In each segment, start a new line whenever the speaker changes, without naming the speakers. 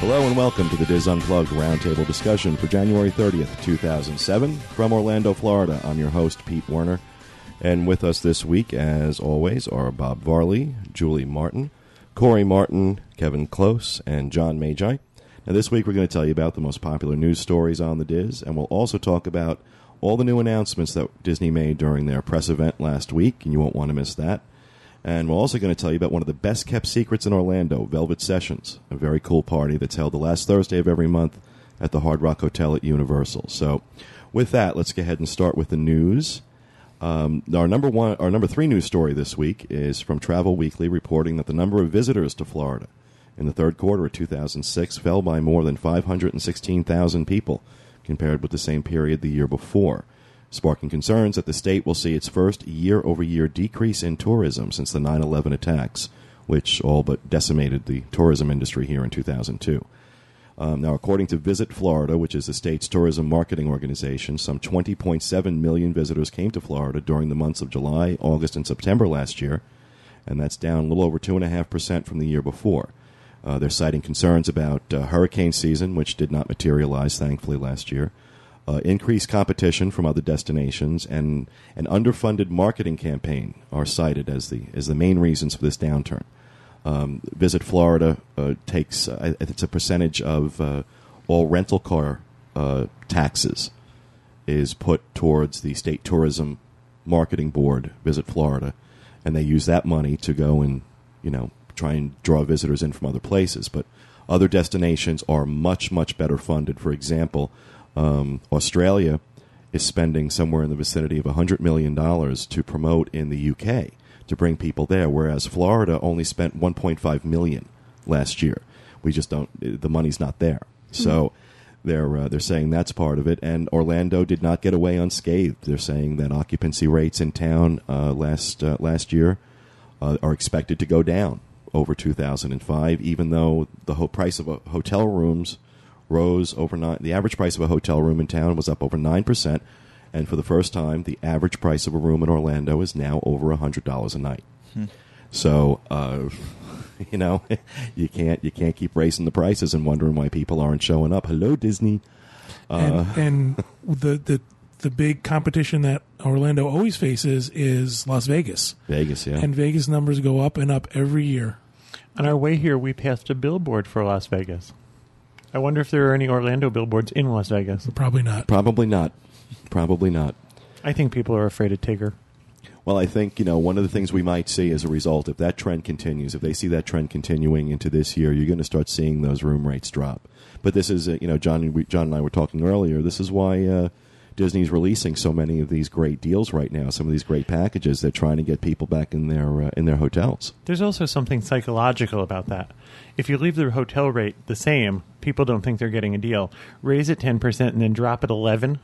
Hello and welcome to the Diz Unplugged Roundtable discussion for January 30th, 2007. From Orlando, Florida, I'm your host, Pete Werner. And with us this week, as always, are Bob Varley, Julie Martin, Corey Martin, Kevin Close, and John Magi. Now, this week, we're going to tell you about the most popular news stories on the Diz, and we'll also talk about all the new announcements that Disney made during their press event last week, and you won't want to miss that. And we're also going to tell you about one of the best kept secrets in Orlando, Velvet Sessions, a very cool party that's held the last Thursday of every month at the Hard Rock Hotel at Universal. So, with that, let's go ahead and start with the news. Um, our number one, our number three news story this week is from Travel Weekly, reporting that the number of visitors to Florida in the third quarter of 2006 fell by more than 516,000 people compared with the same period the year before, sparking concerns that the state will see its first year-over-year decrease in tourism since the 9/11 attacks, which all but decimated the tourism industry here in 2002. Um, now, according to Visit Florida, which is the state's tourism marketing organization, some 20.7 million visitors came to Florida during the months of July, August, and September last year, and that's down a little over 2.5% from the year before. Uh, they're citing concerns about uh, hurricane season, which did not materialize, thankfully, last year, uh, increased competition from other destinations, and an underfunded marketing campaign are cited as the, as the main reasons for this downturn um, Visit Florida uh, takes uh, it's a percentage of uh, all rental car uh, taxes is put towards the state tourism marketing board Visit Florida, and they use that money to go and you know try and draw visitors in from other places. But other destinations are much much better funded. For example, um, Australia is spending somewhere in the vicinity of $100 million to promote in the UK to bring people there, whereas Florida only spent $1.5 million last year. We just don't, the money's not there. So they're, uh, they're saying that's part of it. And Orlando did not get away unscathed. They're saying that occupancy rates in town uh, last, uh, last year uh, are expected to go down over 2005, even though the whole price of a hotel rooms rose over nine. The average price of a hotel room in town was up over nine percent, and for the first time, the average price of a room in Orlando is now over hundred dollars a night. So, uh, you know, you can't you can't keep raising the prices and wondering why people aren't showing up. Hello, Disney. Uh.
and, and the, the the big competition that Orlando always faces is Las Vegas,
Vegas, yeah.
and Vegas numbers go up and up every year.
On our way here, we passed a billboard for Las Vegas. I wonder if there are any Orlando billboards in Las Vegas.
Probably not.
Probably not. Probably not.
I think people are afraid of Tigger.
Well, I think you know one of the things we might see as a result, if that trend continues, if they see that trend continuing into this year, you're going to start seeing those room rates drop. But this is, uh, you know, John, we, John and I were talking earlier. This is why uh, Disney's releasing so many of these great deals right now. Some of these great packages. They're trying to get people back in their uh, in their hotels.
There's also something psychological about that. If you leave the hotel rate the same, people don't think they're getting a deal. Raise it 10% and then drop it 11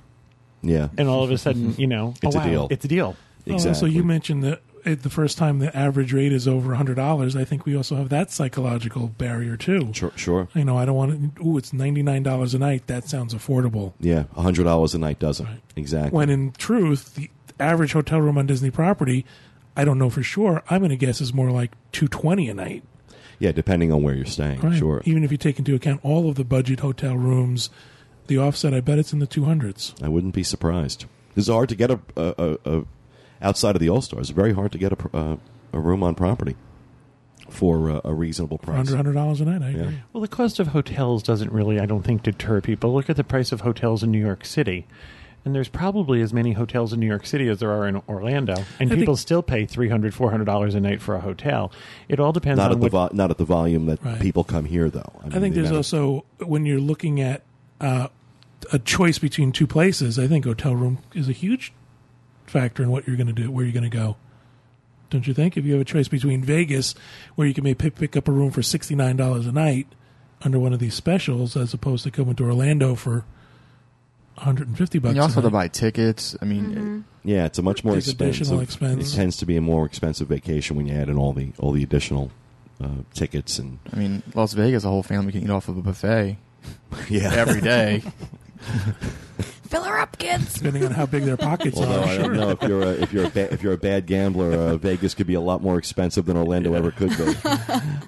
Yeah,
and all of a sudden, you know,
It's
oh,
a
wow,
deal.
It's a deal.
exactly.
Oh, Also, uh, you mentioned that it, the first time the average rate is over hundred dollars. I think we also have that psychological barrier too.
sure, sure.
You know, I don't want to. Ooh, it's ninety nine dollars a night. That sounds affordable.
Yeah, hundred dollars a night doesn't exactly.
When in truth, the average hotel room on Disney property, I don't know for sure. I'm going to guess is more like two twenty a night.
yeah, depending on where you're staying.
Right.
Sure.
Even if you take into account all of the budget hotel rooms, the offset, I bet it's in the 200s.
I wouldn't be surprised. It's hard to get a, a, a, a outside of the All Star. It's very hard to get a, pr- a, a room on property for uh, a, a reasonable price.
Under $100 a night, I
Yeah.
agree.
Well, the cost of hotels doesn't really, I don't think, deter people. Look at the price of hotels in New York City. And there's probably as many hotels in New York City as there are in Orlando,
I
and
think-
people still pay three hundred, four hundred dollars a night for a hotel. It all depends
Not at
on
the
what
vo- not at the volume that
Right.
people come here though. mean,
I think
the
there's
amount of-
also, when you're looking at uh, a choice between two places, I think hotel room is a huge factor in what you're going to do, where you're going to go. Don't you think? If you have a choice between Vegas, where you can maybe pick, pick up a room for $69 a night under one of these specials, as opposed to coming to Orlando for 150 bucks.
And you
a
uh,
also have to
night.
buy tickets. I mean,
yeah, it's a much more
There's
expensive.
additional expense.
It tends to be a more expensive vacation when you add in all the all the additional uh, tickets and
I mean, Las Vegas, the whole family can eat off of a buffet
yeah.
every day. Fill her up, kids.
depending on how big their pockets
Although
Oh,
are.
I
sure.
don't know if you're a, if you're a ba- if you're a bad gambler, uh, Vegas could be a lot more expensive than Orlando ever could be.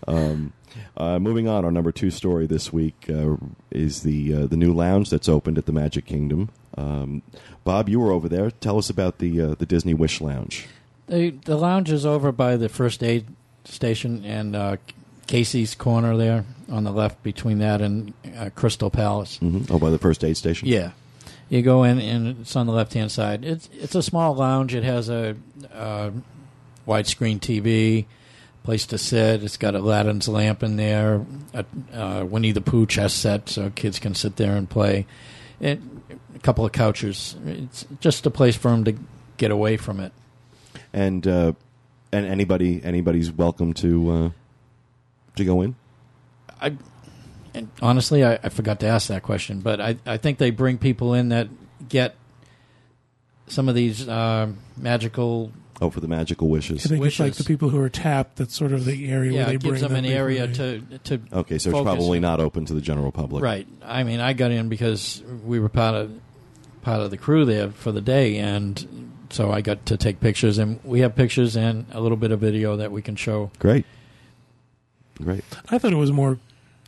Um, uh, moving on, our number two story this week uh, is the uh, the new lounge that's opened at the Magic Kingdom. Um, Bob, you were over there. Tell us about the uh, the Disney Wish Lounge.
The, the lounge is over by the first aid station and uh, Casey's Corner there on the left between that and uh, Crystal Palace.
Mm-hmm. Oh, by the first aid station.
Yeah. You go in and it's on the left hand side. It's it's a small lounge. It has a, uh widescreen TV, place to sit. It's got Aladdin's lamp in there, a uh, Winnie the Pooh chess set, so kids can sit there and play. It, a couple of couches. It's just a place for them to get away from it.
and uh, and anybody anybody's welcome to uh, to go in.
I and honestly, I, I forgot to ask that question, but I, I think they bring people in that get some of these uh, magical.
Oh, for the magical
I
wishes.
think it's like
Wishes.
the people who are tapped. That's sort of the area where
Yeah,
they
it
bring
gives them an
people
area
in.
to to
Okay, so
focus.
it's probably not open to the general public.
right. I mean, I got in because we were part of part of the crew there for the day, and so I got to take pictures, and we have pictures and a little bit of video that we can show.
Great. Great.
I thought it was more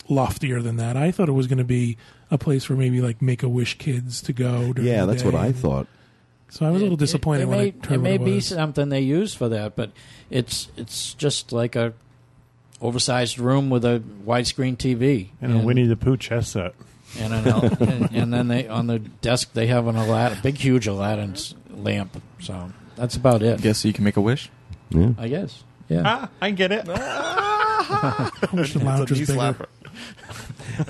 loftier than that. I thought it was going to be a place for maybe like Make a Wish kids to go. during
Yeah,
the
that's what
day.
I thought.
So I was a little
It- it-
disappointed
it
when
may,
I turned
it may
what
be
was.
something they use for that, but it's it's just like a oversized room with a widescreen TV
And, a Winnie the Pooh chess set.
and, an el- and, and then they on the desk they have an Aladdin, big huge Aladdin's lamp. So that's about it.
Guess so you can make a wish.
Yeah.
I guess. Yeah.
Ah, I get it.
I wish the lounge was
knee
bigger.
slapper.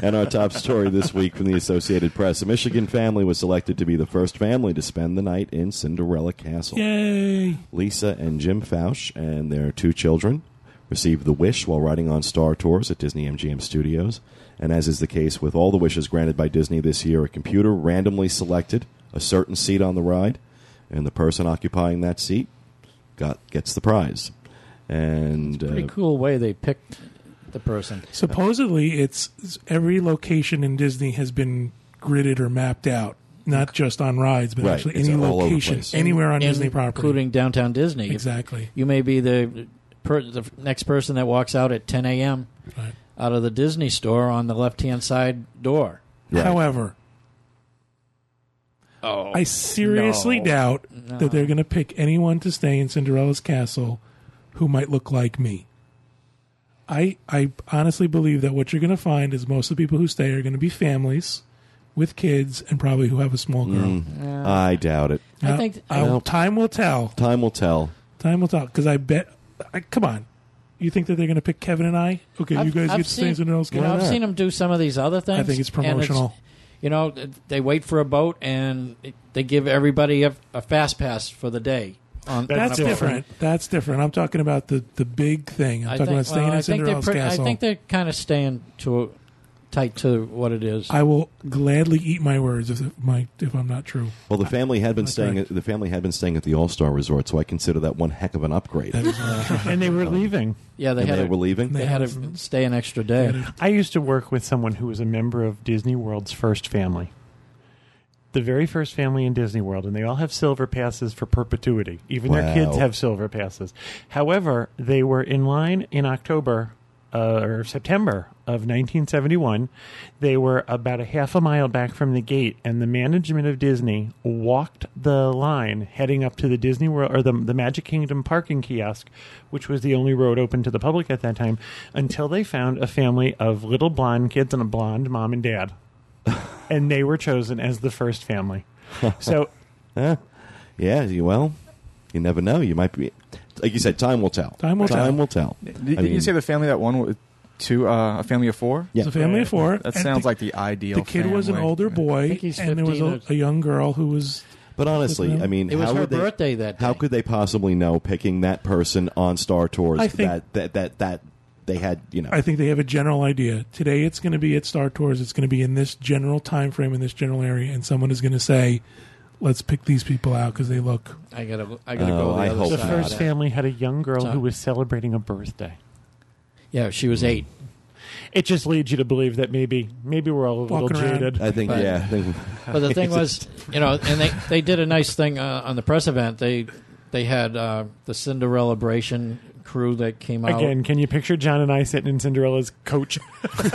and our top story this week from the Associated Press: A Michigan family was selected to be the first family to spend the night in Cinderella Castle.
Yay!
Lisa and Jim Fausch and their two children received the wish while riding on Star Tours at Disney MGM Studios. And as is the case with all the wishes granted by Disney this year, a computer randomly selected a certain seat on the ride, and the person occupying that seat got gets the prize. And
Pretty
uh,
cool way they picked the person.
Supposedly, it's it's- every location in Disney has been gridded or mapped out, not just on rides, but
Right,
actually
it's
any
all over the
location,
place.
anywhere on Disney property,
including downtown Disney. If-
exactly.
You may be the per, the next person that walks out at 10 a.m.
Right.
out of the Disney store on the left hand side door.
right.
However,
Oh,
I seriously
No.
doubt
No.
that they're going to pick anyone to stay in Cinderella's castle who might look like me. I I honestly believe that what you're going to find is most of the people who stay are going to be families with kids and probably who have a small girl.
Mm. Mm-hmm. I doubt it.
I
Now,
think-
I'll- time will tell.
Time will tell.
Time will tell because I bet. I, come on, you think that they're going to pick Kevin and I? Okay, you guys get to stay in Cinderella's
you know,
castle.
I've seen them do some of these other things.
I think it's
and
promotional.
you know, they wait for a boat and they give everybody a, a fast pass for the day. On,
That's
on a boat.
different. That's different. I'm talking about the, the big thing. I'm
I
talking
think,
about staying
well, I
in
think they're
Cinderella's
pretty-
castle.
I think they're kind of staying to tight to what it is.
I will gladly eat my words if my if I'm not true.
Well, the family had been
That's
staying.
right.
At, the family had been staying at the All Star Resort, so I consider that one heck of an upgrade.
That is not true.
and they were leaving.
yeah, they
and
had
they
a,
were leaving.
they had to stay an extra day.
I used to work with someone who was a member of Disney World's first family. The very first family in Disney World, and they all have silver passes for perpetuity. Even
Wow.
their kids have silver passes. However, they were in line in October uh, or September of 1971. They were about a half a mile back from the gate, and the management of Disney walked the line heading up to the Disney World or the, the Magic Kingdom parking kiosk, which was the only road open to the public at that time, until they found a family of little blonde kids and a blonde mom and dad. and they were chosen as the first family. So
Yeah, you- well, you never know. You might be, like you said, time will tell.
Time will
Time
tell.
will tell.
Did,
I
didn't
mean-
you say the family that one with two, uh, a family of four?
Yeah.
It's a family of four.
That
and
sounds
the,
like the ideal.
the kid was an
family.
older
I
boy,
think he's
and there was
15
a, a young girl who was.
But honestly, I mean,
It was
how
her
would they,
birthday that day.
How could they possibly know picking that person on Star Tours
I think-
that, that that that they had? You know,
I think they have a general idea. Today, it's going to be at Star Tours. It's going to be in this general time frame in this general area, and someone is going to say, "Let's pick these people out because they look."
I gotta, I gotta
Oh,
go. The
I
other
hope
side.
the
not.
first family had a young girl
Sorry.
who was celebrating a birthday.
Yeah, she was eight.
It just leads you to believe that maybe maybe we're all a little
Walking around.
jaded.
I think,
But-
yeah, I think
But the thing was, you know, and they, they did a nice thing uh, on the press event. They they had uh, the Cinderella Bration crew that came out.
Again, can you picture John and I sitting in Cinderella's coach? this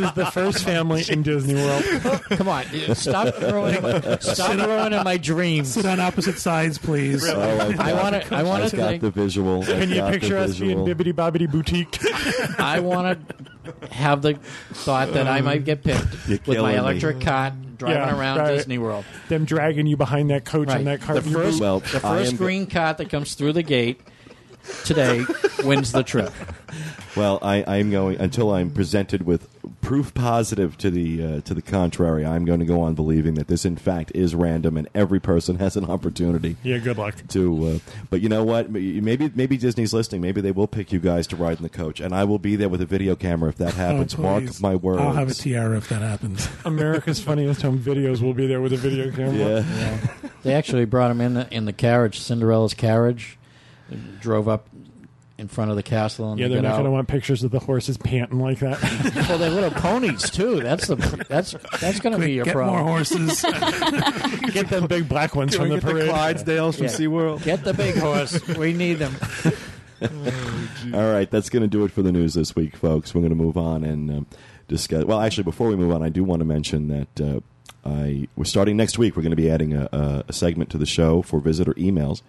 is the first family in Disney World.
Come on, stop ruining, stop ruining my dreams.
Sit on opposite sides, please.
Oh, I've
I
got-
want to. I want
I've
to
got
think.
the visual. I've
Can you
got the
picture us being
visual.
bibbity bobbity boutique?
I want to have the thought that I might get picked
You're
with my
killing me.
electric cot driving
Yeah,
around
right.
Disney World.
Them dragging you behind that coach
Right.
and that cart.
The
you
first,
boot.
Well,
the
I
first
am-
green cot that comes through the gate today wins the trip.
Well, I, I'm going until I'm presented with proof positive to the uh, to the contrary. I'm going to go on believing that this, in fact, is random, and every person has an opportunity
yeah, good luck.
to. Uh, but you know what? Maybe maybe Disney's listening. Maybe they will pick you guys to ride in the coach, and I will be there with a video camera if that happens. Mark
Oh, please.
my words.
I'll have a tiara if that happens.
America's Funniest Home Videos will be there with a video camera.
yeah,
They actually brought him in the, in the carriage, Cinderella's carriage, drove up in front of the castle, and
Yeah,
they
they're
got
not going to
out.
want pictures of the horses panting like that.
well, they little ponies too. That's the that's that's going to be your
Get
problem.
more horses.
get them big black ones from the parade.
Clydesdales
from Yeah.
SeaWorld.
Get the big horse. We need them.
All right, that's going to do it for the news this week, folks. We're going to move on and um, discuss. Well, actually, before we move on, I do want to mention that uh, I we're starting next week. We're going to be adding a, a, a segment to the show for visitor emails.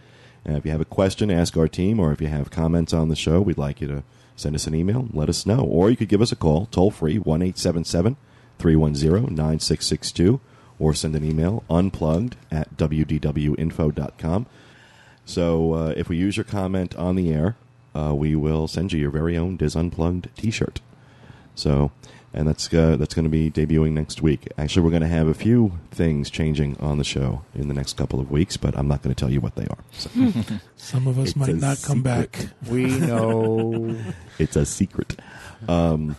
Uh, if you have a question, ask our team, or if you have comments on the show, we'd like you to send us an email. and Let us know, or you could give us a call, toll free one eight seven seven. 310-9662 or send an email unplugged at wdwinfo.com so uh, if we use your comment on the air uh, we will send you your very own Diz Unplugged t-shirt so and that's uh, that's going to be debuting next week actually we're going to have a few things changing on the show in the next couple of weeks but i'm not going to tell you what they are so
Some of us
It's a
might not come
secret.
back.
We know.
it's a secret um,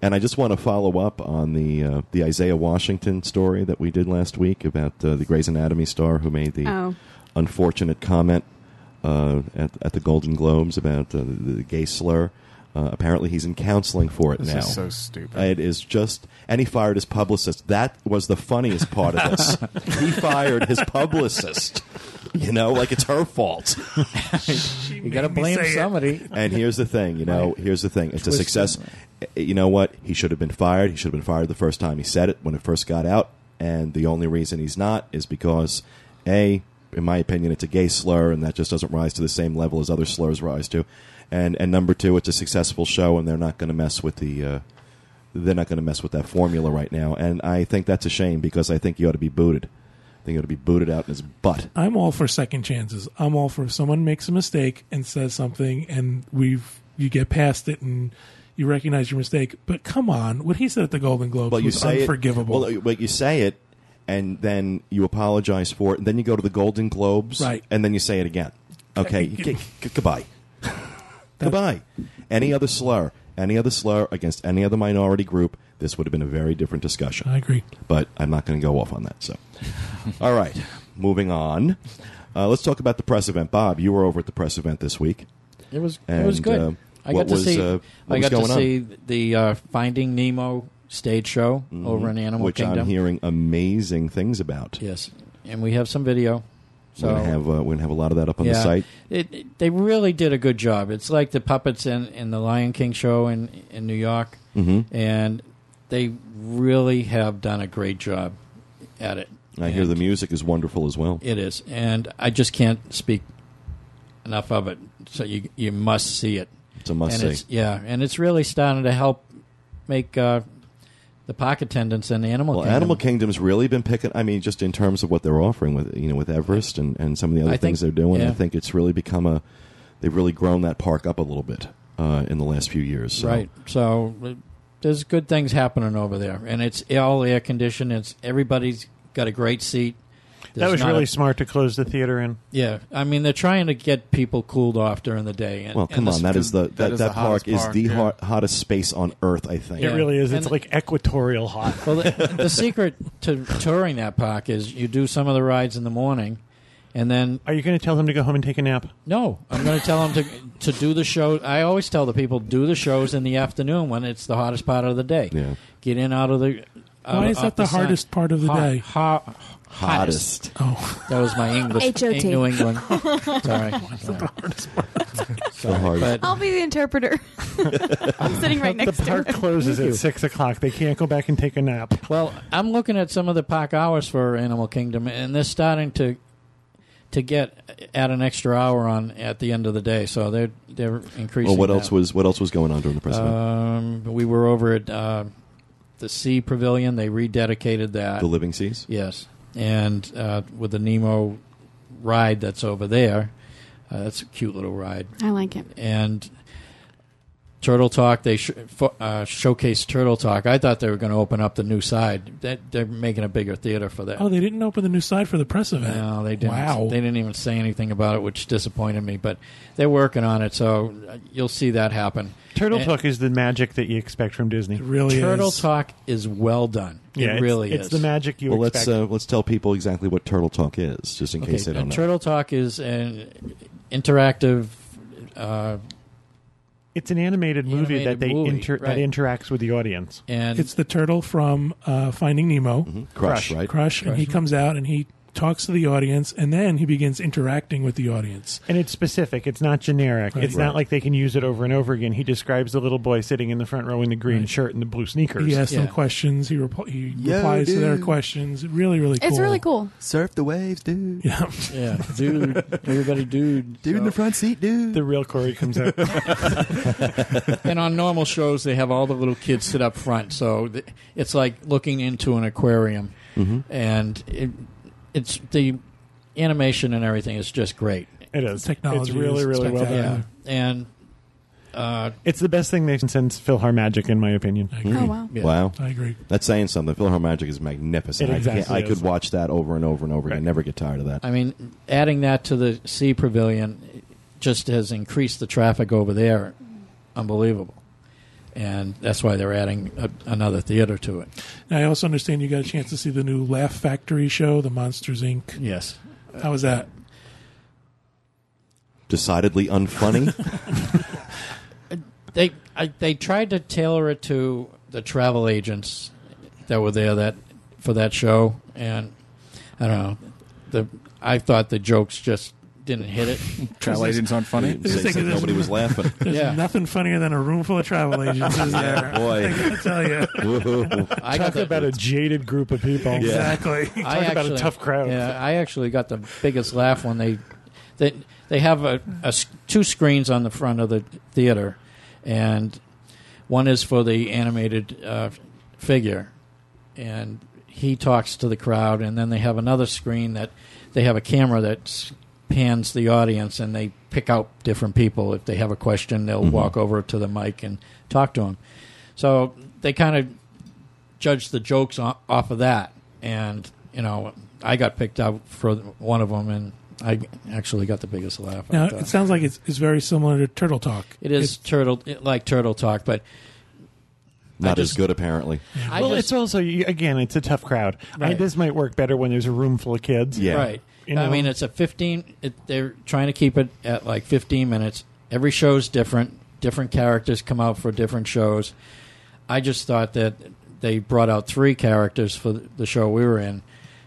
and i just want to follow up on the uh, the isaiah washington story that we did last week about uh, the Grey's anatomy star who made the
Oh,
unfortunate comment uh, at, at the Golden Globes about uh, the, the gay slur. Uh, apparently, he's in counseling for it
This
now.
is so stupid.
it is just, and he fired his publicist. That was the funniest part of this. he fired his publicist. You know, like it's her fault.
You got
made me
to blame
say it.
somebody.
And here's the thing, you know, here's the thing. It's a
Twisted.
success. Eh, You know what? He should have been fired. He should have been fired the first time he said it when it first got out. And the only reason he's not is because, A, in my opinion, it's a gay slur and that just doesn't rise to the same level as other slurs rise to. And, and number two, it's a successful show and they're not going to mess with the. Uh, they're not going to mess with that formula right now, and I think that's a shame because I think he ought to be booted. I think he ought to be booted out in his butt.
I'm all for second chances. I'm all for if someone makes a mistake and says something and we've you get past it and you recognize your mistake. But come on, what he said at the Golden Globes
Well, you
was
say
unforgivable.
It, well, but you say it, and then you apologize for it, and then you go to the Golden Globes,
Right.
And then you say it again. Okay, g- g- goodbye, goodbye. Any other slur, any other slur against any other minority group, this would have been a very different discussion
I agree.
but I'm not going to go off on that. So, all right, moving on. Uh, let's talk about the press event. Bob, you were over at the press event this week.
It was
And,
it was good.
uh,
I
what
got to
was,
see
uh, what
I
was
got
going
to
on?
see the uh, Finding Nemo stage show over in Animal
Mm-hmm. which
Kingdom.
I'm hearing amazing things about.
Yes, and we have some video. So
we're gonna have uh, we're gonna have a lot of that up on the
Yeah.
site.
It, it- they really did a good job. It's like the puppets in, in the Lion King show in in New York,
Mm-hmm.
and they really have done a great job at it.
I hear
And
the music is wonderful as well.
It is, and I just can't speak enough of it. So you you must see it.
It's a must
and
see.
it's yeah, and it's really starting to help make uh, the pocket attendants and the animal.
Well,
kingdom.
Animal Kingdom's really been picking. I mean, just in terms of what they're offering with you know with Everest and, and some of the other
I
things
think-
they're doing, I
yeah.
think it's really become a. They've really grown that park up a little bit uh, in the last few years. So.
Right. So uh, there's good things happening over there, and it's all air conditioned. It's everybody's got a great seat.
that
There's
was
not
really
a-
smart to close the theater in.
yeah. I mean, they're trying to get people cooled off during the day. And,
Well,
and
come
this-
on, that is the that,
that is
that
the
park
hottest
is
park,
the
yeah.
hot, hottest space on Earth. I think.
Yeah.
It really is. It's
And-
like equatorial hot.
Well, the, the secret to touring that park is you do some of the rides in the morning, And then
Are you going to tell them to go home and take a nap?
no, I'm going to tell them to to do the show. I always tell the people do the shows in the afternoon when it's the hottest part of the day.
Yeah.
Get in out of the. out-
Why is
out
that the
sun.
hardest part of the
Hot-
day?
hot-
Hottest.
Oh,
That was my English.
H.O.T..
New England. Sorry.
The hardest.
But
I'll be the interpreter. I'm sitting right
the
next to her.
park closes
Thank
at
you.
six o'clock. They can't go back and take a nap.
well, I'm looking at some of the park hours for Animal Kingdom, and they're starting to to get at an extra hour on at the end of the day. So they're they're increasing.
Well, what
that.
else was what else was going on during the press event?
Um, we were over at uh, the Sea Pavilion. They rededicated that.
The Living Seas.
yes, and uh, with the Nemo ride that's over there. Uh, that's a cute little ride.
I like it.
and Turtle Talk. They sh- fo- uh, showcased Turtle Talk. I thought they were going to open up the new side. That they're making a bigger theater for that.
oh, they didn't open the new side for the press event.
no, they didn't.
Wow.
They didn't even say anything about it, which disappointed me. But they're working on it, so uh, you'll see that happen.
Turtle
And
Talk is the magic that you expect from Disney.
it really
Turtle
is.
Talk is well done.
Yeah,
it really
it's,
is.
It's the magic you
Well, let's
expect.
uh, let's tell people exactly what Turtle Talk is, just in
Okay,
case they
uh,
don't know.
Turtle Talk is an interactive. Uh,
it's an animated movie
Animated
that they
movie,
inter-
right.
that interacts with the audience.
and
It's the turtle from uh, Finding Nemo,
Mm-hmm. Crush,
Crush.
right?
Crush, and he comes out and he talks to the audience, and then he begins interacting with the audience.
And it's specific. It's not generic.
Right.
It's
Right.
not like they can use it over and over again. He describes the little boy sitting in the front row in the green shirt and the blue sneakers.
He asks them
Yeah.
questions. He, repl- he
Yo,
replies to their
dude.
questions. Really, really cool.
It's really cool.
Surf the waves, dude.
Yeah.
yeah, dude, everybody, dude,
Dude in
So-
the front seat, dude.
The real Corey comes out.
and on normal shows, they have all the little kids sit up front, so th- it's like looking into an aquarium,
Mm-hmm.
and it, it's the animation and everything is just great.
It is.
Technology
It's really,
is
really well
spectacular.
done.
Yeah, and uh,
It's the best thing they've done since PhilharMagic, in my opinion.
I agree.
Oh, wow.
yeah.
Wow,
I agree.
that's saying something. PhilharMagic is magnificent.
It
I can't-
exactly
I,
is.
could watch that over and over and over. and I
Right.
never get tired of that.
I mean, adding that to the Sea Pavilion just has increased the traffic over there, unbelievable, and that's why they're adding a, another theater to it.
And I also understand you got a chance to see the new Laugh Factory show, the Monsters Inc.
Yes.
How was that?
Decidedly unfunny.
They I, they tried to tailor it to the travel agents that were there that for that show, and I don't know. The I thought the jokes just didn't hit it.
Travel agents aren't funny.
Say-
Just think
said
it is-
nobody was laughing.
There's
Yeah.
nothing funnier than a room full of travel agents, is there?
boy.
I gotta tell you.
Woo.
I
Talk
the-
about a jaded group of people.
Exactly.
I
Talk about a tough crowd.
Yeah, I actually got the biggest laugh when they they they have a, a s- two screens on the front of the theater, and one is for the animated uh, figure, and he talks to the crowd, and then they have another screen that they have a camera that s- pans the audience, and they pick out different people. If they have a question, they'll walk over to the mic and talk to them. So they kind of judge the jokes o- off of that. And you know, I got picked out for one of them, and I actually got the biggest laugh. I
Now,
thought.
it sounds like it's, it's very similar to Turtle Talk.
it is turtle it, like turtle talk, but
Not
I
as
just-
good, apparently.
I
well,
just,
it's also you- again, it's a tough crowd. I,
Right.
this might work better when there's a room full of kids.
Yeah.
right.
You know?
I mean, it's a fifteen. It, they're trying to keep it at like fifteen minutes. Every show's different. Different characters come out for different shows. I just thought that they brought out three characters for the show we were in,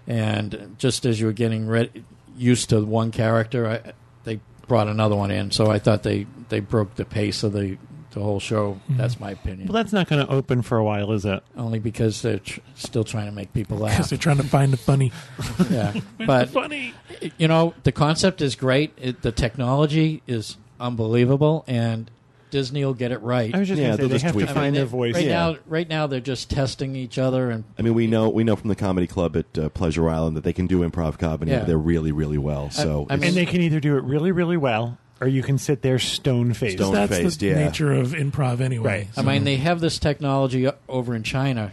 and just as you were getting re- used to one character, I, they brought another one in. So I thought they, they broke the pace of the the whole show. That's my opinion.
Mm-hmm. Well, that's not going to open for a while, is it?
Only because they're tr- still trying to make people
Because
laugh.
they're trying to find the funny.
yeah, but
funny.
you know the concept is great. It, the technology is unbelievable, and Disney will get it right.
I was just
Yeah,
going
they'll
to say they
just
have
tweak
to
it.
find
they-
their voice.
right
Yeah.
now. Right now, they're just testing each other, and
I mean, we know we know from the comedy club at uh, Pleasure Island that they can do improv comedy
Yeah.
over there really, really well. So
I
it's-
mean-
and they can either do it really, really well, or you can sit there stone faced.
Stone-
That's
Stone-faced,
the
yeah.
nature of improv anyway.
Right.
I mean they have this technology o- over in China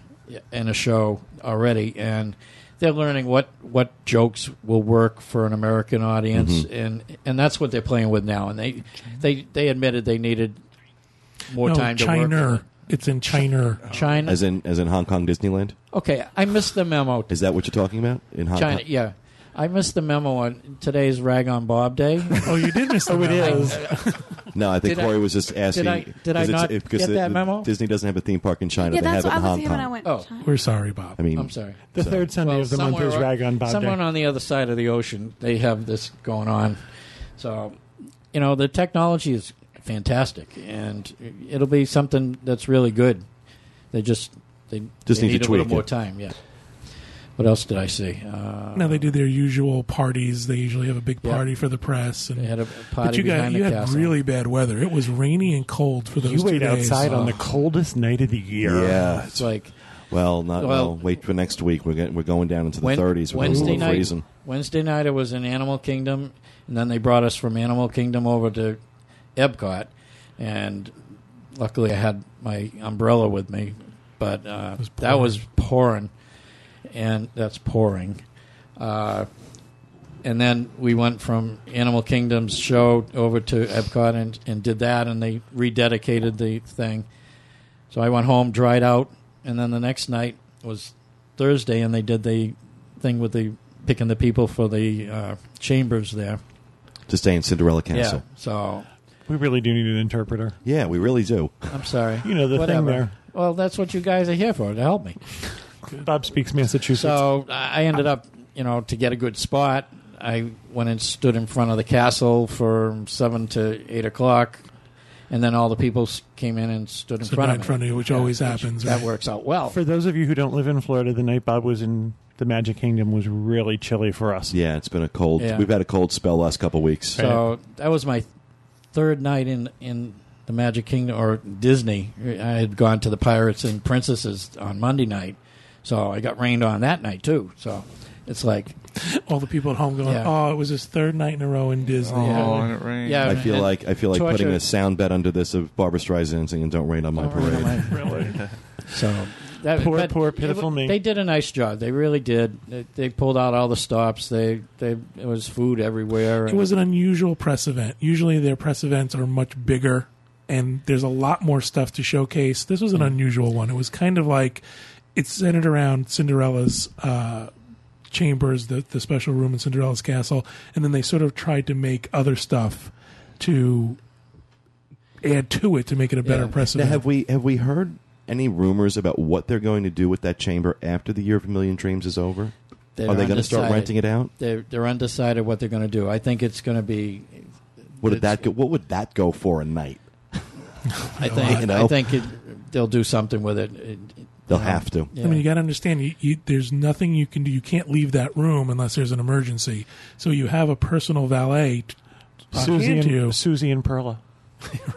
in a show already, and they're learning what what jokes will work for an American audience,
Mm-hmm.
and and that's what they're playing with now. And they they they admitted they needed more
no,
time to work.
China. It's in China.
China.
as in as in Hong Kong Disneyland,
okay, I missed the memo.
is that what you're talking about in Hong
China,
Kong?
yeah. I missed the memo on today's Rag on Bob Day.
Oh, you did miss the
Oh, it
memo.
is.
No, I think
Did I-
Corey was just asking.
I- did I
'cause it's-
not
it- 'cause
get
the-
that
the-
memo?
Disney doesn't have a theme park in China.
Yeah,
they have
that's what
it
I
in
was
Hong
thinking when I
Kong.
went.
Oh.
China.
We're sorry, Bob.
I mean,
I'm sorry.
The
So-
third Sunday
Well,
of the month
somewhere
is Rag on Bob
Someone
Day.
on the other side of the ocean, they have this going on. So, you know, the technology is fantastic, and it'll be something that's really good. They just they
Just
they
need to
a little
tweak
more
it.
time. Yeah. What else did I see? Uh,
Now they do their usual parties. They usually have a big
Yeah.
party for the press, and
They had a
but
party
you got
behind
you
the
had
castle.
really bad weather. It was rainy and cold for those
You
two
wait
days. Uh,
outside on
Oh.
the coldest night of the year.
yeah.
it's like
Well, not well.
Well-
Wait for next week. We're getting, we're going down into the
Wen-
30s. We're
Wednesday
going
night.
freezing.
Wednesday night, it was in Animal Kingdom, and then they brought us from Animal Kingdom over to Epcot, and luckily I had my umbrella with me, but uh,
was
that was pouring, and that's pouring. Uh, and then we went from Animal Kingdom's show over to Epcot and, and did that, and they rededicated the thing. So I went home, dried out, and then the next night was Thursday, and they did the thing with the picking the people for the uh, chambers there.
To stay in Cinderella Castle.
Yeah. So
We really do need an interpreter.
Yeah, we really do.
I'm sorry.
You know, the thing
Whatever.
there.
Well, that's what you guys are here for to help me.
Bob speaks Massachusetts.
So I ended up, you know, to get a good spot, I went and stood in front of the castle from seven to eight o'clock, and then all the people s- came in and stood in
Stood
front
right
of
in
me.
front of you, which always happens,
That
right?
works out well.
For those of you who don't live in Florida, the night Bob was in the Magic Kingdom was really chilly for us.
Yeah, it's been a cold.
Yeah.
We've had a cold spell last couple weeks.
So that was my third night in in the Magic Kingdom or Disney. I had gone to the Pirates and Princesses on Monday night, so I got rained on that night too. So it's like,
All the people at home going,
Yeah.
"Oh, it was his third night in a row in Disney."
Oh,
Yeah.
and it rained.
yeah,
I feel
uh, and-
like I feel like
torture.
putting a sound bed under this of Barbara Streisand singing "Don't Rain on My
Don't Rain on
Parade."
My-
really?
So that,
Poor,
but
poor,
it w-
pitiful me.
They did a nice job. They really did. They, they pulled out all the stops. They they it was food everywhere.
It
and-
was an unusual press event. Usually their press events are much bigger and there's a lot more stuff to showcase. This
Mm.
was an unusual one. It was kind of like it's centered around Cinderella's uh, chambers, the the special room in Cinderella's castle, and then they sort of tried to make other stuff to add to it to make it a better
Yeah.
press
Now,
event.
have we have we heard any rumors about what they're going to do with that chamber after the Year of a Million Dreams is over?
they're
Are they going to
undecided.
start renting it out?
They're they're undecided what they're going to do. I think it's going to be.
What did
It's-
that go, What would that go for a night?
I think
You know?
I think it, they'll do something with it. It- it-
They'll
you know,
have to.
yeah.
I mean, you got to understand. You, you, there's nothing you can do. You can't leave that room unless there's an emergency. So you have a personal valet. t- uh,
Susie,
hand
and,
to you.
Susie and Perla.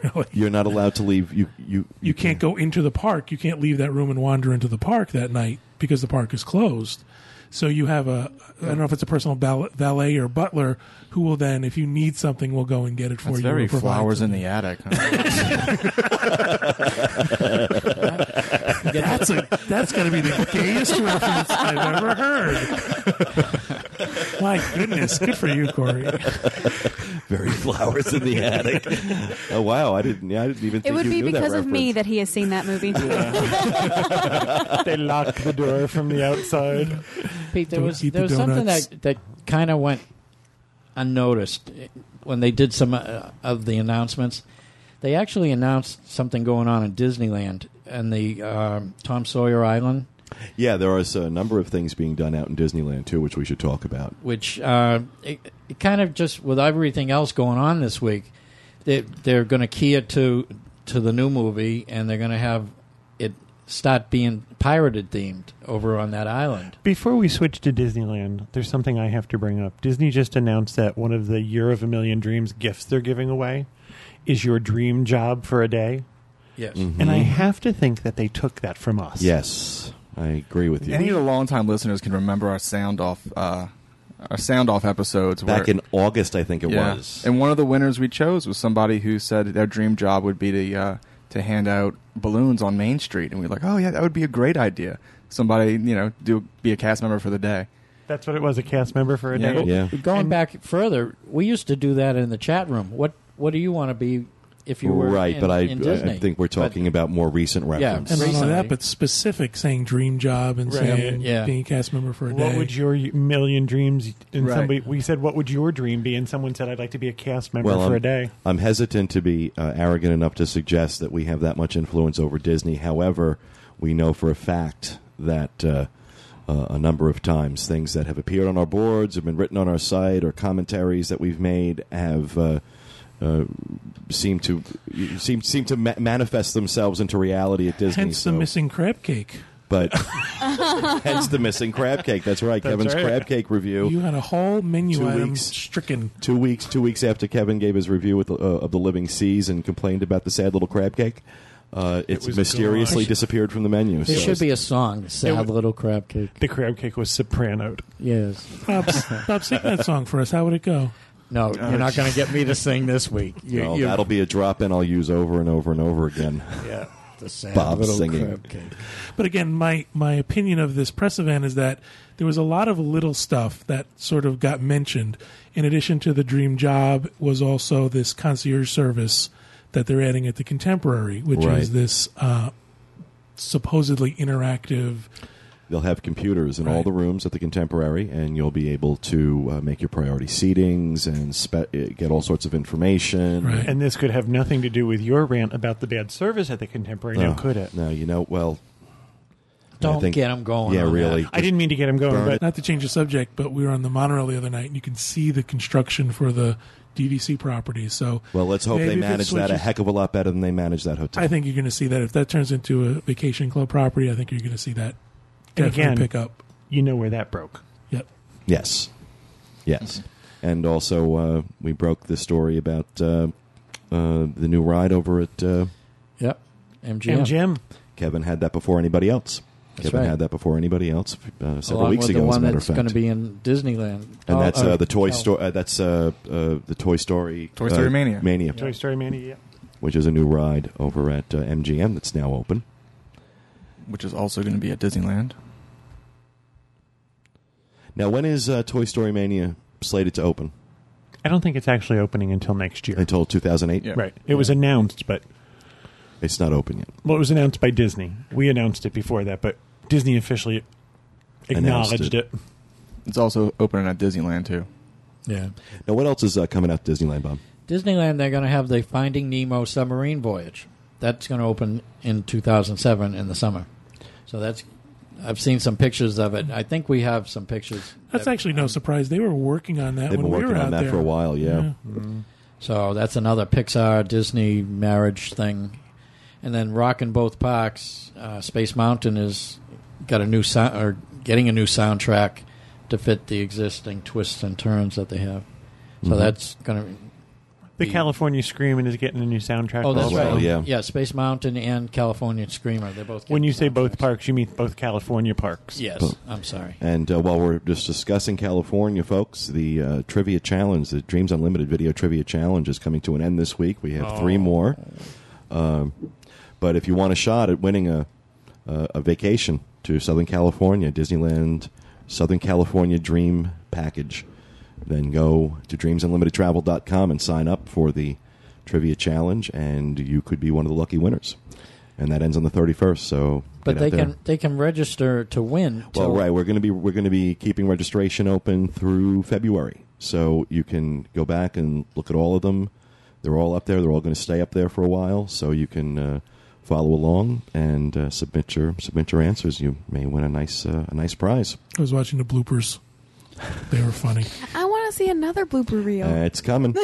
really.
You're not allowed to leave. You you
you can't go into the park. You can't leave that room and wander into the park that night because the park is closed. So you have a I don't know if it's a personal bal- valet or butler who will then, if you need something, will go and get it for
That's
you.
very
or provide
flowers in
something.
the attic. Huh?
That's a, that's going to be the gayest reference I've ever heard. My goodness, good for you, Corey.
Very flowers in the attic. oh wow! I didn't. Yeah, I didn't even.
It
think
would
you
be
knew that
because of me
reference.
that he has seen that movie.
they locked the door from the outside.
Pete, there
Don't
was
eat
there
the
was something
donuts.
that that kind of went unnoticed eh, when they did some uh, of the announcements. They actually announced something going on in Disneyland and the um, Tom Sawyer Island,
Yeah, there are a number of things being done out in Disneyland too, which we should talk about.
which uh, it, it kind of just with everything else going on this week, they, they're going to key it to to the new movie and they're going to have it start being pirated themed over on that island.
Before we switch to Disneyland, there's something I have to bring up. Disney just announced that one of the Year of a Million Dreams gifts they're giving away is your dream job for a day.
Yes.
And I have to think that they took that from us.
Mm-hmm. Yes, I agree with you.
Any of the longtime listeners can remember our sound off, uh, our sound off episodes.
Back
where,
in August, I think it
yeah,
was.
and one of the winners we chose was somebody who said their dream job would be to uh, to hand out balloons on Main Street, and we were like, oh yeah, that would be a great idea. Somebody, you know, do be a cast member for the day.
That's what it was, a cast member for a
Yeah.
day.
yeah.
Going back further, we used to do that in the chat room. What What do you want to be if you were
right,
in-
but I,
in Disney.
I think we're
But-
talking about more recent reference.
And not only
Recently.
that, but specific saying dream job and
Right.
saying
Yeah.
being a cast member for a
What
day.
would your million dreams? And
Right.
somebody we said, "What would your dream be?" And someone said, "I'd like to be a cast member
Well, um,
for
I'm,
a day."
I'm hesitant to be uh, arrogant enough to suggest that we have that much influence over Disney. However, we know for a fact that uh, uh, a number of times things that have appeared on our boards, have been written on our site, or commentaries that we've made have. Uh, uh, seem to seem seem to ma- manifest themselves into reality at Disney.
Hence
so-
the missing crab cake.
but hence the missing crab cake. That's right,
That's
Kevin's
right.
crab cake review
You had a whole menu
Two
item
weeks.
stricken.
two weeks two weeks after Kevin gave his review with, uh, of the Living Seas and complained about the sad little crab cake. Uh, it's
was
mysteriously
gone.
disappeared from the menu.
There
so
should be a song, "Sad
would-
Little Crab Cake."
The crab cake was sopranoed.
Yes.
Bob, Bob, sing that song for us. How would it go?
No, you're not going to get me to sing this week. You,
no,
you-
that'll be a drop in I'll use over and over and over again.
yeah, the sad
Bob
little
singing.
crab cake.
But again, my my opinion of this press event is that there was a lot of little stuff that sort of got mentioned. In addition to the dream job, was also this concierge service that they're adding at the Contemporary, which
Right.
is this uh, supposedly interactive.
They'll have computers in all
Right.
the rooms at the Contemporary, and you'll be able to uh, make your priority seatings and spe- uh, get all sorts of information.
Right.
And this could have nothing to do with your rant about the bad service at the Contemporary,
No,
now could it?
Oh. No, you know, well,
Don't
I think-
get him going.
yeah,
on
really.
that.
I didn't mean to get him going,
Burn
but
Not to change the subject, but we were on the monorail the other night, and you can see the construction for the DVC property. So,
Well, let's hope
maybe
they
if it
manage that a
switches-
heck of a lot better than they manage that hotel.
I think you're going to see that if that turns into a vacation club property. I think you're going to see that
And
definitely
again-
pick up.
you know where that broke.
Yep.
Yes. Yes. And also, uh, we broke the story about uh, uh, the new ride over at. Uh,
Yep. MGM.
And Jim,
Kevin had that before anybody else.
That's
Kevin
right.
had that before anybody else uh, several
Along
weeks
with
ago,
the
as a
one
matter of
that's
fact.
going to be in Disneyland.
and
Oh,
that's uh,
oh,
the Toy
no.
Story. Uh, that's uh, uh, the Toy Story.
Toy Story
uh,
Mania.
Mania,
Toy Story Mania.
which is a new ride over at uh, MGM that's now open.
which is also going to be at Disneyland.
Now, when is uh, Toy Story Mania slated to open?
I don't think it's actually opening until next year.
Until 2008,
Yeah.
Right. It was announced, but
it's not open yet.
well, it was announced by Disney. We announced it before that, but Disney officially
Announced
acknowledged
it.
it.
It's also opening at Disneyland too.
Yeah.
Now, what else is uh, coming out to Disneyland, Bob?
Disneyland, they're going to have the Finding Nemo submarine voyage. That's going to open in 2007 in the summer. So that's. I've seen some pictures of it. I think we have some pictures.
That's
that-
actually no surprise. They were working on that
um, They've
when
been
we
working
were
on
out
that
there
for a while. yeah.
So that's another Pixar Disney marriage thing. And then Rockin' Both Parks, uh, Space Mountain is got a new sound or getting a new soundtrack to fit the existing twists and turns that they have. So
Mhm.
that's going
The
The-
California Screaming is getting a new
to.
soundtrack.
Oh, that's
Well,
also.
right.
yeah.
yeah, Space Mountain and California Screamer. They're both.
When
getting
you say both
soundtracks.
parks, you mean both California parks.
Yes,
Both.
I'm sorry.
And uh, while we're just discussing California, folks, the uh, trivia challenge, the Dreams Unlimited video trivia challenge, is coming to an end this week. We have
Oh.
three more. Um, but if you want a shot at winning a uh, a vacation to Southern California, Disneyland, Southern California Dream Package, then go to dreamsunlimitedtravel.com and sign up for the trivia challenge, and you could be one of the lucky winners. And that ends on the thirty first. So, get
But
out
they
there.
can they can register to win.
Well,
till-
right. We're going to be we're going to be keeping registration open through February, so you can go back and look at all of them. They're all up there. They're all going to stay up there for a while, so you can uh, follow along and uh, submit your submit your answers. You may win a nice uh, a nice prize.
I was watching the bloopers. They were funny.
I want to see another blooper reel.
Uh, it's coming.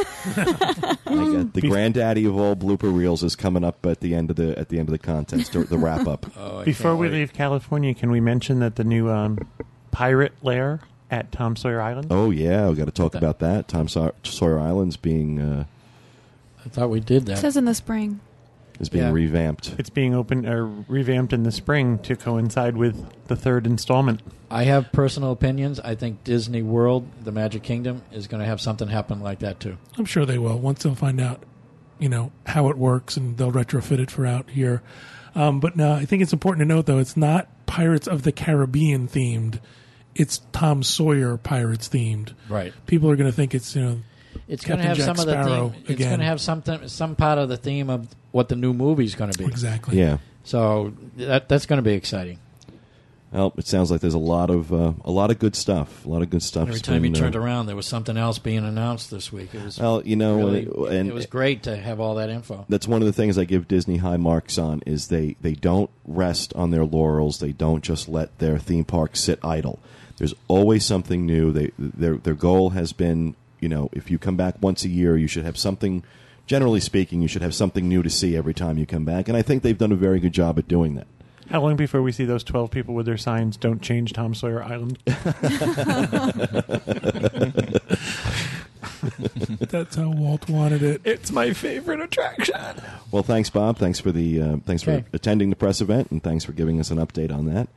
I got- the granddaddy of all blooper reels is coming up at the end of the at the end of the contest or the wrap up.
Oh, I
Before
can't
we
wait.
leave California, can we mention that the new um, pirate lair at Tom Sawyer Island?
Oh yeah, we got to talk about that. Tom Saw- Sawyer Island's being uh,
I thought we did
It
that.
says in the spring.
is being
Yeah.
revamped.
It's being open or revamped in the spring to coincide with the third installment.
I have personal opinions. I think Disney World, the Magic Kingdom, is going to have something happen like that too.
I'm sure they will once they'll find out, you know, how it works, and they'll retrofit it for out here. Um, but no, I think it's important to note though it's not Pirates of the Caribbean themed. It's Tom Sawyer Pirates themed.
Right.
People are going to think it's you know
it's going to
Captain
have
Jack
some of the
Sparrow
theme. It's
again.
going to have something, some part of the theme of what the new movie's going to be.
Exactly.
Yeah.
So that that's going to be exciting.
Well, it sounds like there's a lot of uh, a lot of good stuff. A lot of good stuff.
Every
that's
time you
been, uh,
turned around, there was something else being announced this week. It was
Well, you know,
really,
and, and
it was great to have all that info.
that's one of the things I give Disney high marks on is they they don't rest on their laurels. They don't just let their theme park sit idle. There's always something new. They their their goal has been, you know, if you come back once a year, you should have something. Generally speaking, you should have something new to see every time you come back, and I think they've done a very good job at doing that.
How long before we see those 12 people with their signs, don't change Tom Sawyer Island?
That's how Walt wanted it.
it's my favorite attraction.
Well, thanks, Bob. Thanks for the uh, thanks
Okay.
for attending the press event, and thanks for giving us an update on that.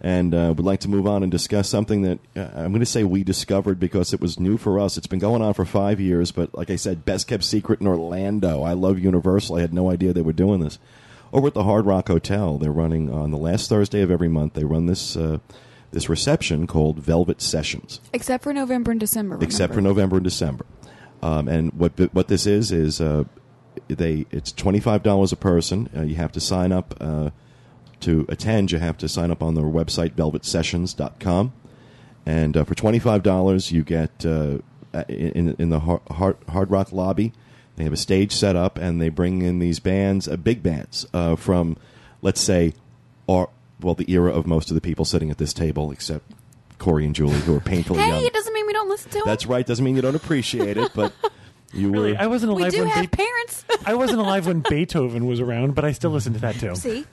And uh, would like to move on and discuss something that uh, I'm going to say we discovered because it was new for us. It's been going on for five years, but like I said, best kept secret in Orlando. I love Universal. I had no idea they were doing this. Over at the Hard Rock Hotel, they're running on the last Thursday of every month. They run this uh, this reception called Velvet Sessions
Except for November and December. Remember.
except for November and December. Um, and what what this is is uh, they it's twenty five dollars a person. Uh, you have to sign up uh, to attend. You have to sign up on their website velvetsessions.com. and uh, for twenty five dollars you get uh, in in the hard, hard, hard rock lobby. They have a stage set up and they bring in these bands, uh, big bands uh, from let's say or well the era of most of the people sitting at this table except. Corey and Julie, who are painfully
Hey,
young.
it doesn't mean we don't listen to
That's
him.
right. Doesn't mean you don't appreciate it, but you
Really,
were.
I wasn't
We
alive
do
when
have
Be-
parents.
I wasn't alive when Beethoven was around, but I still listen to that too.
See,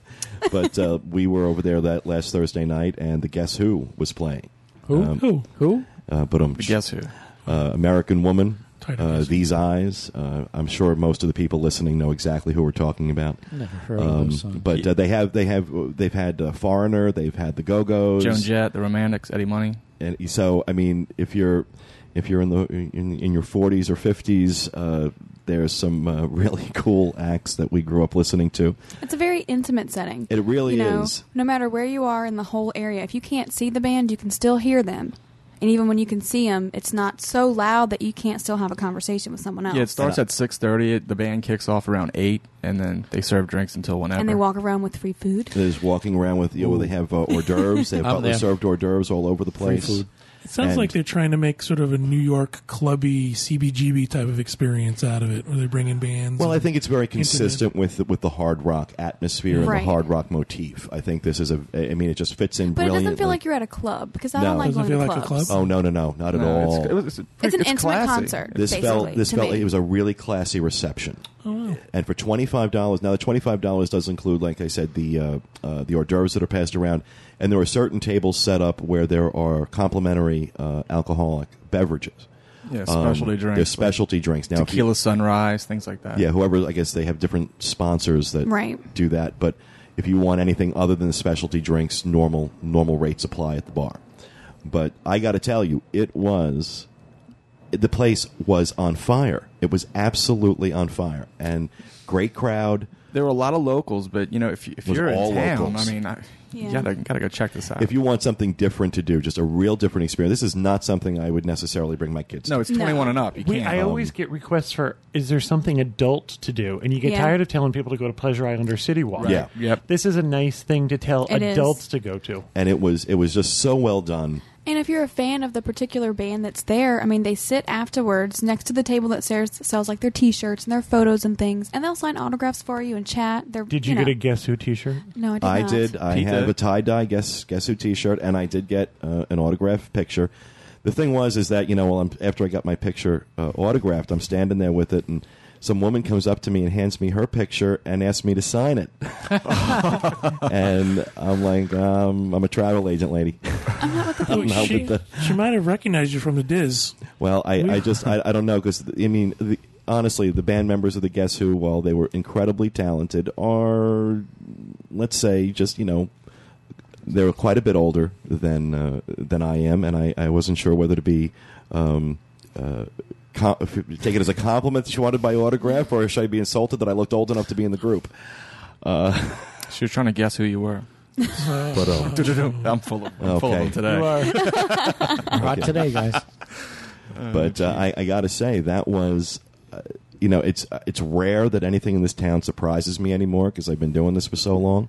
but uh, we were over there that last Thursday night, and the Guess Who was playing.
Who?
Who?
Who?
Um, Uh, but um,
Guess who?
uh, American Woman,
Title
uh,
Guess Who.
These Eyes. Uh, I'm sure most of the people listening know exactly who we're talking about.
Never heard of
Um,
those songs.
but uh, they have they have they've had uh, Foreigner, they've had the Go Go's,
Joan Jett, The Romantics, Eddie Money.
and so I mean, if you're if you're in the in, in your 40s or 50s, uh, there's some uh, really cool acts that we grew up listening to.
it's a very intimate setting.
It really
you know,
is.
no matter where you are in the whole area, if you can't see the band, you can still hear them. And even when you can see them, it's not so loud that you can't still have a conversation with someone else.
Yeah, it starts at six thirty. The band kicks off around eight, and then they serve drinks until whenever.
and they walk around with free food.
There's walking around with you know they have uh, hors d'oeuvres. They have
I'm
butler
there.
served hors d'oeuvres all over the place.
food.
It sounds
And-
like they're trying to make sort of a New York clubby CBGB type of experience out of it, where they bring in bands.
Well, I
and-
think it's very consistent with with the hard rock atmosphere and
Right.
the hard rock motif. I think this is a. I mean, it just fits in.
But it
brilliantly.
doesn't feel like you're at a club because I
No.
don't like
Doesn't
going to
feel like a
clubs.
club?
Oh no no no not at
No,
all.
It's, it was- it's,
It's
pretty-
an intimate
classy.
concert.
this
basically,
felt this
to
felt
me.
it was a really classy reception.
Oh, wow.
And for twenty five dollars now, the twenty five dollars does include, like I said, the uh, uh, the hors d'oeuvres that are passed around, and there are certain tables set up where there are complimentary uh, alcoholic beverages.
Yeah, specialty
Um,
drinks.
There's specialty drinks now. if you-
Tequila sunrise, things like that.
yeah, whoever I guess they have different sponsors that
Right.
do that. But if you want anything other than the specialty drinks, normal normal rates apply at the bar. But I got to tell you, it was the place was on fire. It was absolutely on fire, and great crowd.
there were a lot of locals, but you know, if, you- if
Was
you're
all
in town,
locals.
I mean, I,
Yeah.
you gotta, gotta go check this out.
If you want something different to do, just a real different experience, this is not something I would necessarily bring my kids.
no,
to.
it's 21 and up. You
We,
can't.
I always get requests for, is there something adult to do? And you get
Yeah.
tired of telling people to go to Pleasure Island or City Walk.
Right. Yeah.
Yep.
This is a nice thing to tell
It is.
adults to go to.
and it was it was just so well done.
And if you're a fan of the particular band that's there, I mean, they sit afterwards next to the table that sells, sells like their T-shirts and their photos and things, and they'll sign autographs for you and chat. They're,
Did you,
know.
get a Guess Who t shirt?
No, I did.
I
not.
did. I
Pete
have
did.
a tie dye guess guess who t shirt, and I did get uh, an autographed picture. The thing was is that you know, well, I'm, after I got my picture uh, autographed, I'm standing there with it, and some woman comes up to me and hands me her picture and asks me to sign it, and I'm like, um, I'm a travel agent, lady.
Oh,
know,
she,
but
she might have recognized you from the Diz.
Well, I, I just I, I don't know because I mean the, honestly, the band members of the Guess Who, while they were incredibly talented, are let's say just you know they were quite a bit older than uh, than I am, and I, I wasn't sure whether to be. Um, uh, com- if you Take it as a compliment that she wanted my autograph, or should I be insulted that I looked old enough to be in the group? Uh,
She was trying to guess who you were.
Uh,
but um,
I'm full of, I'm full of
Okay.
them today.
Hot today, guys.
but uh, I, I got to say that was, uh, you know, it's uh, it's rare that anything in this town surprises me anymore because I've been doing this for so long.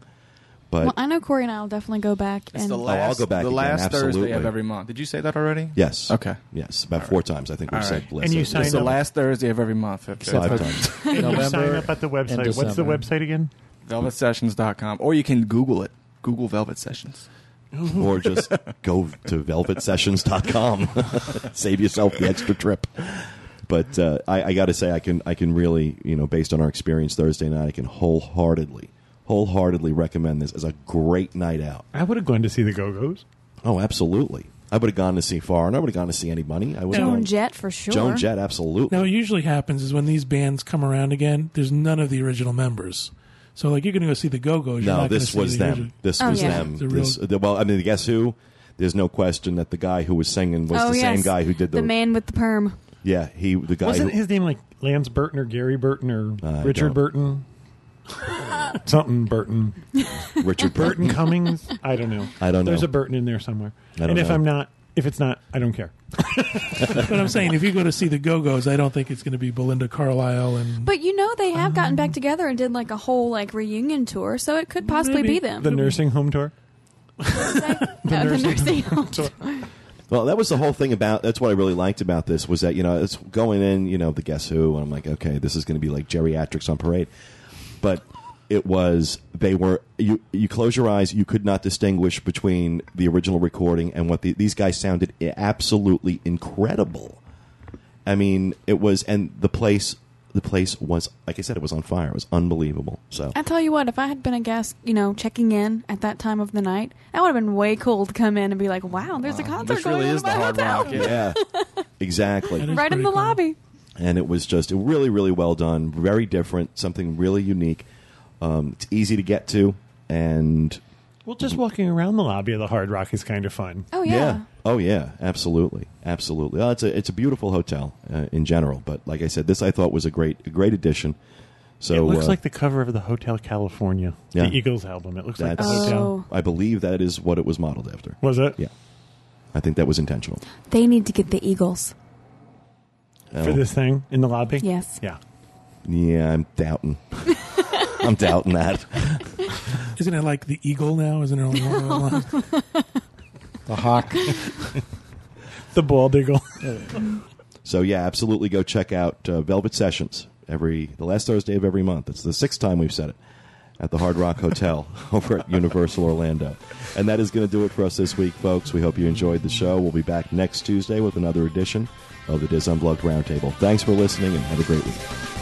But
Well, I know Corey and I will definitely go back
It's
and
the
la- I'll
last,
go back
the
again,
last Thursday of
absolutely.
every month. Did you say that already?
yes,
Okay.
yes, about four times I think we
All
said.
right.
last
And you
episode.
signed
It's the
up-
last Thursday of every month. If-
five
if-
times.
You
November
sign up at the website.
and
What's the
December.
website again?
VelvetSessions.com. Or you can Google it. Google Velvet Sessions.
or just go to velvetsessions.com. Save yourself the extra trip. But uh, I, I got to say, I can I can really you know based on our experience Thursday night, I can wholeheartedly wholeheartedly recommend this as a great night out.
I would have gone to see the Go Go's.
Oh, absolutely. I would have gone to see Foreigner. I would have gone to see anybody. I would
Joan Jett for sure.
Joan Jett, absolutely.
Now, what usually happens is when these bands come around again, there's none of the original members. So, like, you're going to go see the Go Go's.
No, this was them. This
Oh,
was
yeah.
them.
It's a
This,
real-
the- well, I mean, guess who? There's no question that the guy who was singing was
oh,
the
yes.
same guy who did the,
the man with the perm.
yeah he the guy
Wasn't
who,
his name like Lance Burton or Gary Burton or
I
Richard
don't-
Burton? Something Burton.
Richard
Burton
Burton.
Cummings. I don't know.
I don't know.
There's a Burton in there somewhere.
I don't
and if
know.
I'm not, if it's not, I don't care.
But I'm saying, if you go to see the Go Go's, I don't think it's going to be Belinda Carlisle and.
But you know they have gotten back together and did like a whole like reunion tour, so it could possibly
Maybe
be them.
The nursing home tour.
No, the nursing home.
Well, that was the whole thing about. That's what I really liked about this was that you know it's going in, you know, the Guess Who, and I'm like, okay, this is going to be like geriatrics on parade, but it was they were you you close your eyes, you could not distinguish between the original recording and what the, these guys sounded i- absolutely incredible. I mean, it was, and the place, the place was, like I said, it was on fire. It was unbelievable. So
I tell you what, if I had been a guest, you know, checking in at that time of the night, that would have been way cool to come in and be like, "Wow, there's a
Wow,
concert
Um, this
going
really
on
is
in my
the Hard
hotel,
Rock,
yeah, exactly.
That is
right in
pretty
the
cool.
lobby."
and it was just really, really well done, very different, something really unique. Um, it's easy to get to, and
Well, just walking around the lobby of the Hard Rock is kind of fun.
Oh
yeah,
yeah.
oh yeah, absolutely, absolutely. Oh, it's a it's a beautiful hotel uh, in general, but like I said, this I thought was a great a great addition. So
it looks
uh,
like the cover of the Hotel California,
Yeah.
the Eagles album. It looks like the
That's-
hotel.
Oh,
I believe that is what it was modeled after.
Was it?
Yeah, I think that was intentional.
they need to get the Eagles.
For
Oh,
this thing in the lobby?
Yes.
Yeah.
yeah, I'm doubting. I'm doubting that.
Isn't it like the Eagle now? Isn't it only one one? one?
The Hawk.
The Bald Eagle.
So yeah, absolutely go check out uh, Velvet Sessions every the last Thursday of every month. It's the sixth time we've said it at the Hard Rock Hotel over at Universal Orlando. And that is going to do it for us this week, folks. We hope you enjoyed the show. We'll be back next Tuesday with another edition of the Diz Unplugged Roundtable. Thanks for listening and have a great week.